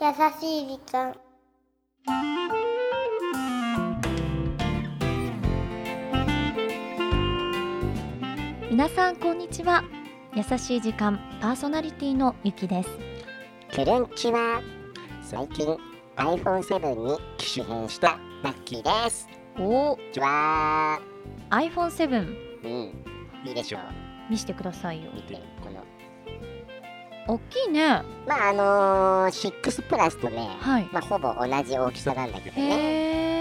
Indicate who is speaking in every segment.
Speaker 1: 優しい時間
Speaker 2: 皆さんこんにちは優しい時間パーソナリティのゆきです
Speaker 3: クルンチは最近 iPhone7 に機種変したラッキーです
Speaker 2: おお
Speaker 3: こんにちは
Speaker 2: iPhone7
Speaker 3: うんいいでしょう
Speaker 2: 見してくださいよ
Speaker 3: 見てこの
Speaker 2: 大きいね
Speaker 3: まああのー、6プラスとね、
Speaker 2: はい
Speaker 3: まあ、ほぼ同じ大きさなんだけど
Speaker 2: へ
Speaker 3: ね
Speaker 2: え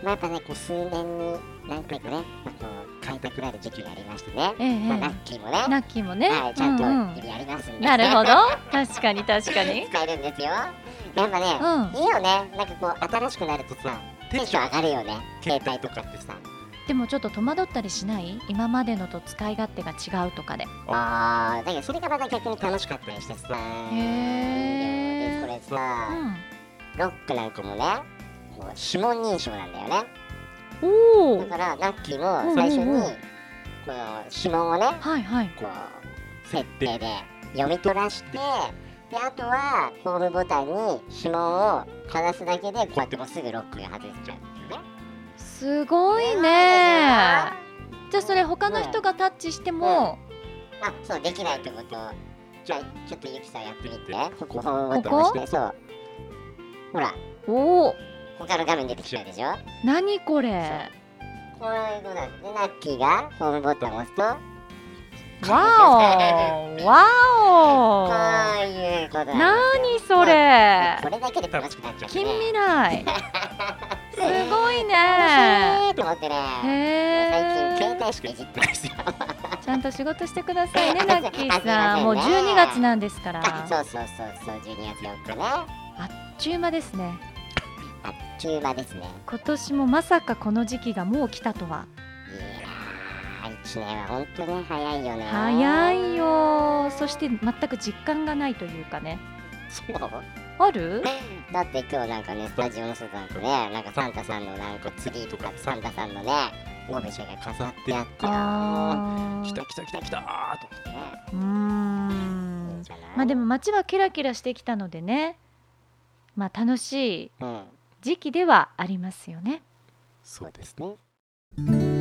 Speaker 3: まあ、やっぱねこう数年に何回かね、まあ、こう買いたくなる時期がありましてね
Speaker 2: え、え
Speaker 3: まあ、ラッキーもね
Speaker 2: ラッキーもね、
Speaker 3: はい、ちゃんと
Speaker 2: う
Speaker 3: 日
Speaker 2: う
Speaker 3: 々ありますんで、
Speaker 2: なるほど確かに確かに
Speaker 3: 使えるんですよやっぱね、
Speaker 2: うん
Speaker 3: いいよねなんかこう新しくなるとさテンション上がるよね携帯とかってさ
Speaker 2: でもちょっと戸惑ったりしない今までのと使い勝手が違うとかで
Speaker 3: あーだけどそれがまた逆に楽しかったりしてさ
Speaker 2: へ
Speaker 3: でこ
Speaker 2: え
Speaker 3: れさ、ロックなんかもねもう指紋認証なんだよね
Speaker 2: うんおお
Speaker 3: だからラッキーも最初
Speaker 2: うんうんうん
Speaker 3: にこの指紋をね
Speaker 2: はいはい
Speaker 3: こう設定で読み取らしてであとはホームボタンに指紋をかざすだけでこうやってもうすぐロックが外れちゃうんですよね
Speaker 2: すごいねじゃあそれ他の人がタッチしても、
Speaker 3: あ、そう、できないってこと。じゃあ、ちょっとゆきさんやってみて。ここ、
Speaker 2: ここ
Speaker 3: 押して、そう。ほら、
Speaker 2: おお
Speaker 3: 他の画面出てきたでしょ
Speaker 2: 何これ
Speaker 3: こういうことなんですね。ラッキーがホームボタンを押すと、
Speaker 2: わお
Speaker 3: こ
Speaker 2: わ
Speaker 3: ういうこと
Speaker 2: お
Speaker 3: なんですよ
Speaker 2: 何それ
Speaker 3: これだけで楽しくなっちゃう、ね。
Speaker 2: 近未来すご いね
Speaker 3: えーと思ってね。
Speaker 2: へ
Speaker 3: 最近、
Speaker 2: え
Speaker 3: 携帯しかいじってないですよ。
Speaker 2: ちゃんすごいちゃんと仕事してくださ いねラッキーさん
Speaker 3: あ
Speaker 2: もう
Speaker 3: すいませんね
Speaker 2: 12月なんですから
Speaker 3: あ、
Speaker 2: あ
Speaker 3: そうそうそう、そう、12月4日ね。あ
Speaker 2: っちゅう間ですね
Speaker 3: っちゅう間ですね。
Speaker 2: 今年もまさかこの時期がもう来たとはい
Speaker 3: やー、1年は本当に早いよね。
Speaker 2: 早い。よそして全く実感がないというかね
Speaker 3: そう
Speaker 2: ある
Speaker 3: だって今日なんかねスタジオの人なんかねなんかサンタさんのなんかツリーとかサンタさんのねオブジェが飾ってあってあ
Speaker 2: あ
Speaker 3: 来
Speaker 2: ー
Speaker 3: た来た来た来たーと思ってね
Speaker 2: うー
Speaker 3: いい
Speaker 2: ん
Speaker 3: んじゃない
Speaker 2: まあでも街はキラキラしてきたのでねまあ楽しい
Speaker 3: うん
Speaker 2: 時期ではありますよね
Speaker 3: そうですね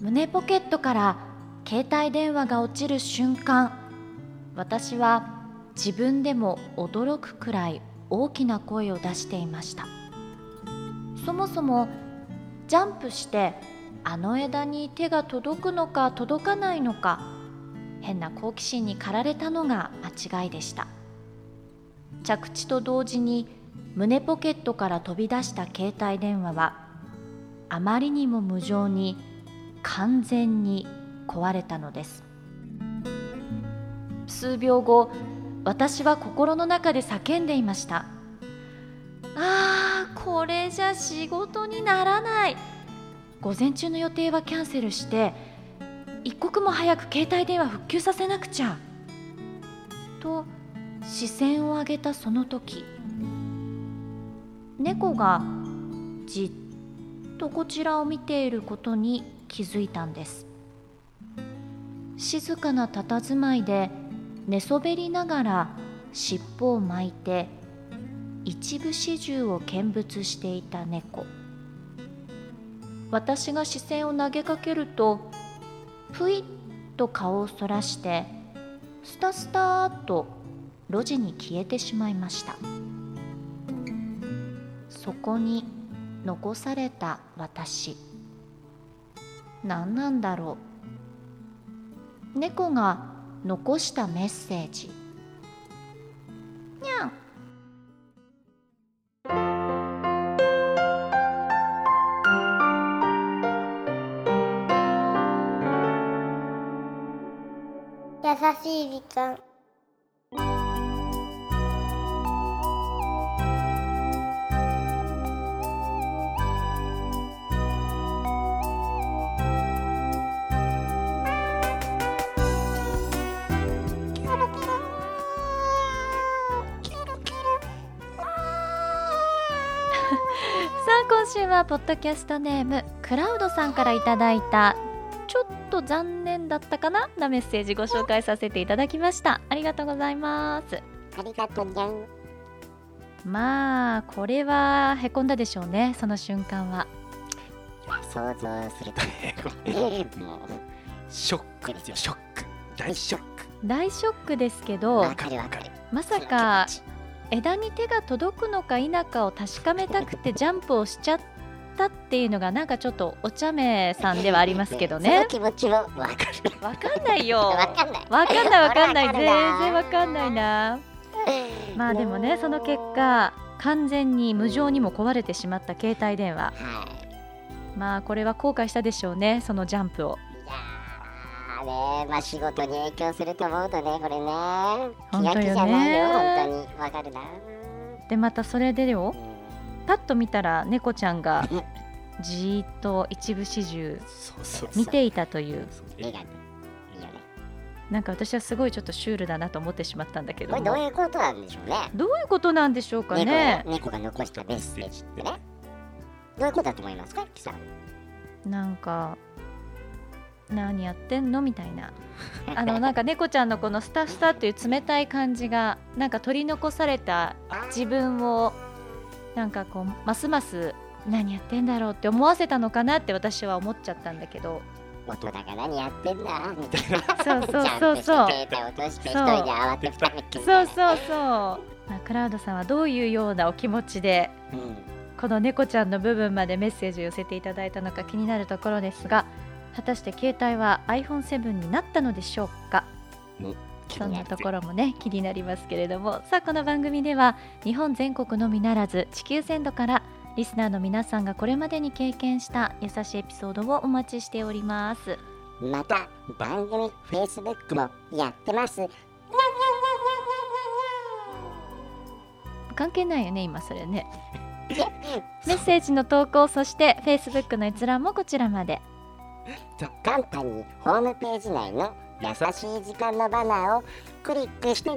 Speaker 2: 胸ポケットから携帯電話が落ちる瞬間私は自分でも驚くくらい大きな声を出していましたそもそもジャンプしてあの枝に手が届くのか届かないのか変な好奇心に駆られたのが間違いでした着地と同時に胸ポケットから飛び出した携帯電話はあまりにも無情に完全に壊れたのです数秒後私は心の中で叫んでいましたあーこれじゃ仕事にならない午前中の予定はキャンセルして一刻も早く携帯電話復旧させなくちゃと視線を上げたその時猫がじっとこちらを見ていることに気づいたんです静かな佇まいで寝そべりながら尻尾を巻いて一部始終を見物していた猫私が視線を投げかけるとふいっと顔をそらしてスタスターっと路地に消えてしまいましたそこに残された私何なんだろう猫が残したメッセージにゃん
Speaker 1: 優しい時間キュルキュルキュルキュル
Speaker 2: 週はポッドキャストネームクラウドさんからいただいたちょっと残念だったかななメッセージご紹介させていただきましたありがとうございます
Speaker 3: ありがとうにゃん。
Speaker 2: まあこれはへこんだでしょうねその瞬間は
Speaker 3: 想像するともう
Speaker 4: ショックですよショック大ショック
Speaker 2: 大ショックですけど
Speaker 3: わかるわかる。
Speaker 2: まさか枝に手が届くのか否かを確かめたくてジャンプをしちゃったっていうのがなんかちょっとお茶目さんではありますけどね
Speaker 3: その気持ちもわかる。
Speaker 2: わかんないよ
Speaker 3: わかんない。
Speaker 2: わかんないわかんない
Speaker 3: わ
Speaker 2: 全
Speaker 3: かんない
Speaker 2: 然わかんないなまあでもねその結果完全に無情にも壊れてしまった携帯電話
Speaker 3: はい。
Speaker 2: まあこれは後悔したでしょうねそのジャンプを
Speaker 3: いやーねまあ仕事に影響すると思うとねこれね気
Speaker 2: 本
Speaker 3: が
Speaker 2: 当よ
Speaker 3: 気
Speaker 2: ね
Speaker 3: じゃないよ本当にわかるな、
Speaker 2: でまたそれでよ
Speaker 3: う
Speaker 2: パッと見たら猫ちゃんが
Speaker 3: うん、
Speaker 2: じーっと一部始終
Speaker 4: そうそう
Speaker 2: 見ていたという
Speaker 4: そうんえ
Speaker 3: 絵がいいよね
Speaker 2: なんか私はすごいちょっとシュールだなと思ってしまったんだけ
Speaker 3: こ
Speaker 2: ど
Speaker 3: れ
Speaker 2: も
Speaker 3: どういうことなんでしょうね
Speaker 2: どういうことなんでしょうか
Speaker 3: 猫
Speaker 2: ね
Speaker 3: が猫が残したメッセージってねどういうことだと思いますかキさん
Speaker 2: なんか何やってんのみたい なあのなんか猫ちゃんのこのスタスタという冷たい感じがなんか取り残された自分をなんかこうますます何やってんだろうって思わせたのかなって私は思っちゃったんだけど
Speaker 3: 大人が何やってんだみたいな
Speaker 2: そうそ う
Speaker 3: ちゃんと
Speaker 2: そう
Speaker 3: して
Speaker 2: そう
Speaker 3: 携帯落として一
Speaker 2: そう
Speaker 3: 人で慌てふためき
Speaker 2: そうそうそう、まあ、クラウドさんはどういうようなお気持ちで
Speaker 3: う、うん、
Speaker 2: この猫ちゃんの部分までメッセージを寄せていただいたのか気になるところですが果たして携帯は iPhone7 になったのでしょうかそんなところもね気になりますけれどもさあこの番組では日本全国のみならず地球全土からリスナーの皆さんがこれまでに経験した優しいエピソードをお待ちしております
Speaker 3: また番組 Facebook もやってます
Speaker 2: 関係ないよね今それねメッセージの投稿そして Facebook の閲覧もこちらまで
Speaker 3: 簡単にホームページ内の「優しい時間」のバナーをクリックして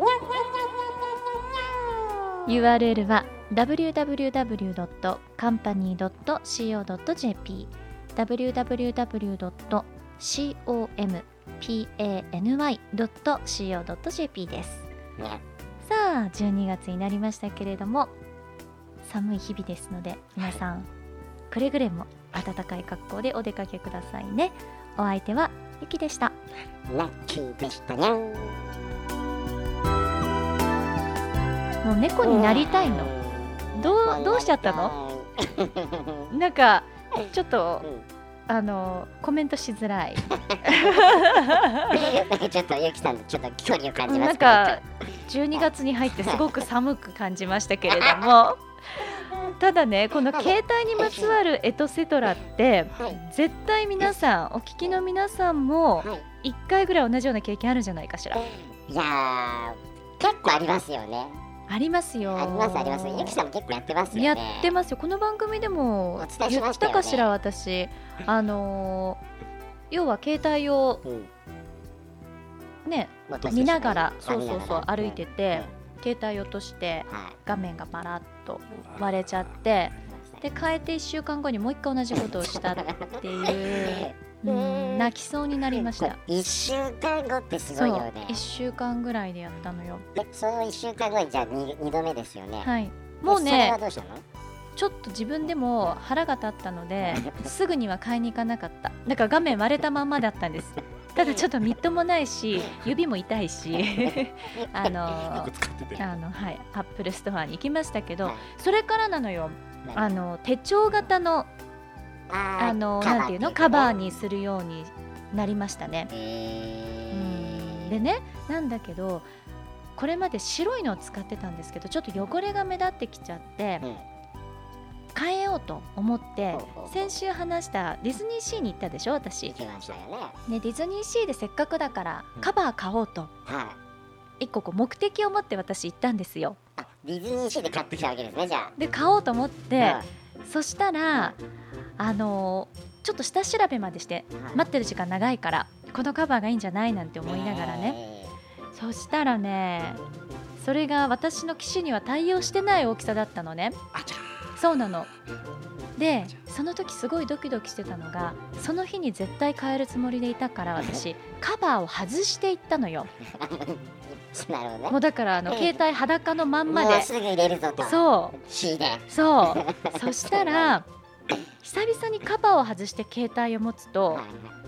Speaker 2: URL は www.company.co.jp www.company.co.jp です
Speaker 3: ね
Speaker 2: さあ12月になりましたけれども寒い日々ですので皆さんくれぐれも暖かい格好でお出かけくださいねお相手はゆきでした
Speaker 3: ラッキーでしたにゃん
Speaker 2: もう猫になりたいのどうどうしちゃったの
Speaker 3: の
Speaker 2: なんかちょっと
Speaker 3: うん
Speaker 2: あのコメントしづらい
Speaker 3: なんかちょっとゆきさんとちょっと距離を感じま
Speaker 2: な
Speaker 3: す
Speaker 2: ん
Speaker 3: けど
Speaker 2: か12月に入ってすごく寒く感じましたけれど もただねこの携帯にまつわるエトセトラって
Speaker 3: はい
Speaker 2: 絶対皆さんお聞きの皆さんも
Speaker 3: はい
Speaker 2: 1回ぐらい同じような経験あるんじゃないかしら
Speaker 3: いやー結構ありますよね
Speaker 2: ありますよ
Speaker 3: ありますありますゆきさんも結構やってますよね
Speaker 2: やってますよこの番組でも
Speaker 3: お伝えし
Speaker 2: 言
Speaker 3: ま
Speaker 2: っ
Speaker 3: した
Speaker 2: た
Speaker 3: よね
Speaker 2: かしら私あのー要は携帯を
Speaker 3: うん
Speaker 2: ね
Speaker 3: まあ
Speaker 2: 見ながら
Speaker 3: 私た
Speaker 2: そ
Speaker 3: ち
Speaker 2: う
Speaker 3: もね
Speaker 2: そうそう
Speaker 3: あ
Speaker 2: 歩
Speaker 3: 見
Speaker 2: い
Speaker 3: ながら
Speaker 2: てて携帯落として
Speaker 3: うんはい
Speaker 2: 画面がパラッと割れちゃってで変えて1週間後にもう一回同じことをしたっていううん泣きそうになりました
Speaker 3: 1週間後ってすご
Speaker 2: そ
Speaker 3: いうよね
Speaker 2: 1週間ぐらいでやったのよ
Speaker 3: でその1週間後にじゃあ 2, 二度目ですよね、
Speaker 2: はいもう
Speaker 3: それ
Speaker 2: ね
Speaker 3: はどうしたの
Speaker 2: ちょっと自分でも腹が立ったの ですぐには買いに行かなかっただから画面割れたまんまだったんですただちょっとみっともないし指も痛 いしあの
Speaker 4: よく使ってて
Speaker 2: あのはいアップルストアに行きましたけど
Speaker 3: はい
Speaker 2: それからなのよ
Speaker 3: 何
Speaker 2: あの手帳型の
Speaker 3: あー
Speaker 2: あの
Speaker 3: カバー
Speaker 2: なんていうのカバーにするようになりましたね。
Speaker 3: えー
Speaker 2: でねなんだけどこれまで白いのを使ってたんですけどちょっと汚れが目立ってきちゃって
Speaker 3: うん
Speaker 2: 変えようと思って
Speaker 3: ほうほうほう
Speaker 2: 先週話したディズニーシーに行ったでしょ私
Speaker 3: 行、きましたよね
Speaker 2: ね、ディズニーシーでせっかくだから
Speaker 4: うん
Speaker 2: カバー買おうと
Speaker 3: はい
Speaker 2: 一個こう目的を持って私行ったんですよ
Speaker 3: あディズニーシーで買ってきたわけですねじゃ
Speaker 2: で買おうと思っ
Speaker 3: あ
Speaker 2: てそしたらあのーちょっと下調べまでして待ってる時間長いからこのカバーがいいんじゃないなんて思いながらね
Speaker 3: ね
Speaker 2: そしたらねそれが私の機種には対応してない大きさだったのね
Speaker 4: あちゃ
Speaker 2: そうなのでその時すごいドキドキしてたのがその日に絶対変えるつもりでいたから私カバーを外していったのよ
Speaker 3: なるほどね
Speaker 2: もうだからあの
Speaker 3: うん
Speaker 2: 携帯裸のまんま
Speaker 3: もう
Speaker 2: です
Speaker 3: ぐ入れるぞと
Speaker 2: そう
Speaker 3: 死ね
Speaker 2: そ うそしたら久々にカバーを外して携帯を持つと
Speaker 3: はい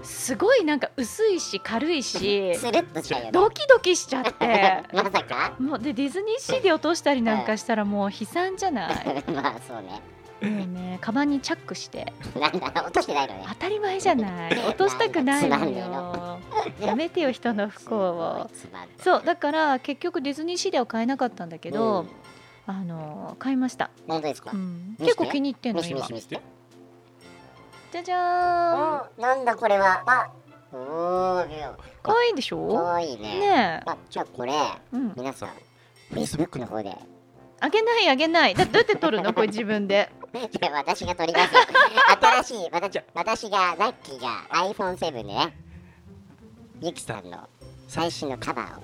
Speaker 2: すごいなんか薄いし軽 いし
Speaker 3: スルッとしちゃうよね
Speaker 2: ドキドキしちゃって
Speaker 3: まさか
Speaker 2: もうでディズニーシーで落としたりなんかしたらもう悲惨じゃ ない
Speaker 3: まあそうね
Speaker 2: もうねカバンにチャックして
Speaker 3: なんだ落としてないのね
Speaker 2: 当たり前じゃない 落としたくないのよやめてよ人の不幸を
Speaker 3: すごいつまんない
Speaker 2: そうだから結局ディズニーシーでは買えなかったんだけど、
Speaker 3: うん
Speaker 2: あの買いました、
Speaker 3: 本当ですか
Speaker 2: うん、
Speaker 3: 見せ
Speaker 2: 結
Speaker 3: て
Speaker 2: 構気に入ってん
Speaker 3: 見
Speaker 2: の
Speaker 3: せて見
Speaker 2: 今
Speaker 3: せて見せて
Speaker 2: じゃじゃーん
Speaker 3: おなんだこれはあおー
Speaker 2: 可愛いでし
Speaker 3: か
Speaker 2: ょ
Speaker 3: わいいね
Speaker 2: ねえ
Speaker 3: あじゃあこれ
Speaker 2: うん
Speaker 3: 皆さん Facebook の方で
Speaker 2: あげないあげないだどうやって取るのこれ自分で
Speaker 3: いや私が取り出す新しい私私がラッキーが iPhone7 でねゆきさんの最新のカバーを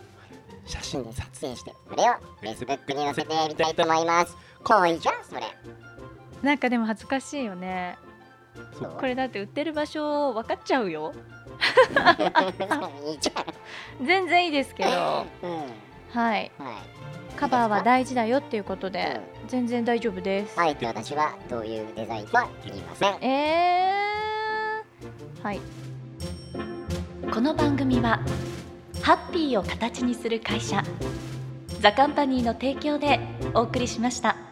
Speaker 3: 写真で撮影してこれを Facebook に載せてみたいと思います可愛いじゃんそれ
Speaker 2: なんかでも恥ずかしいよね
Speaker 3: そう
Speaker 2: これだって売ってる場所分かっちゃうよ
Speaker 3: いいじ
Speaker 2: 全然いいですけ
Speaker 3: ゃ
Speaker 2: ど
Speaker 3: んうん
Speaker 2: はい
Speaker 3: は
Speaker 2: カバーは大事だよっていうこと
Speaker 3: い、
Speaker 2: で全然大丈夫です
Speaker 3: あえて私はどういうデザインとは言いません
Speaker 2: えー、はいこの番組はハッピーを形にする会社ザカンパニーの提供でお送りしました。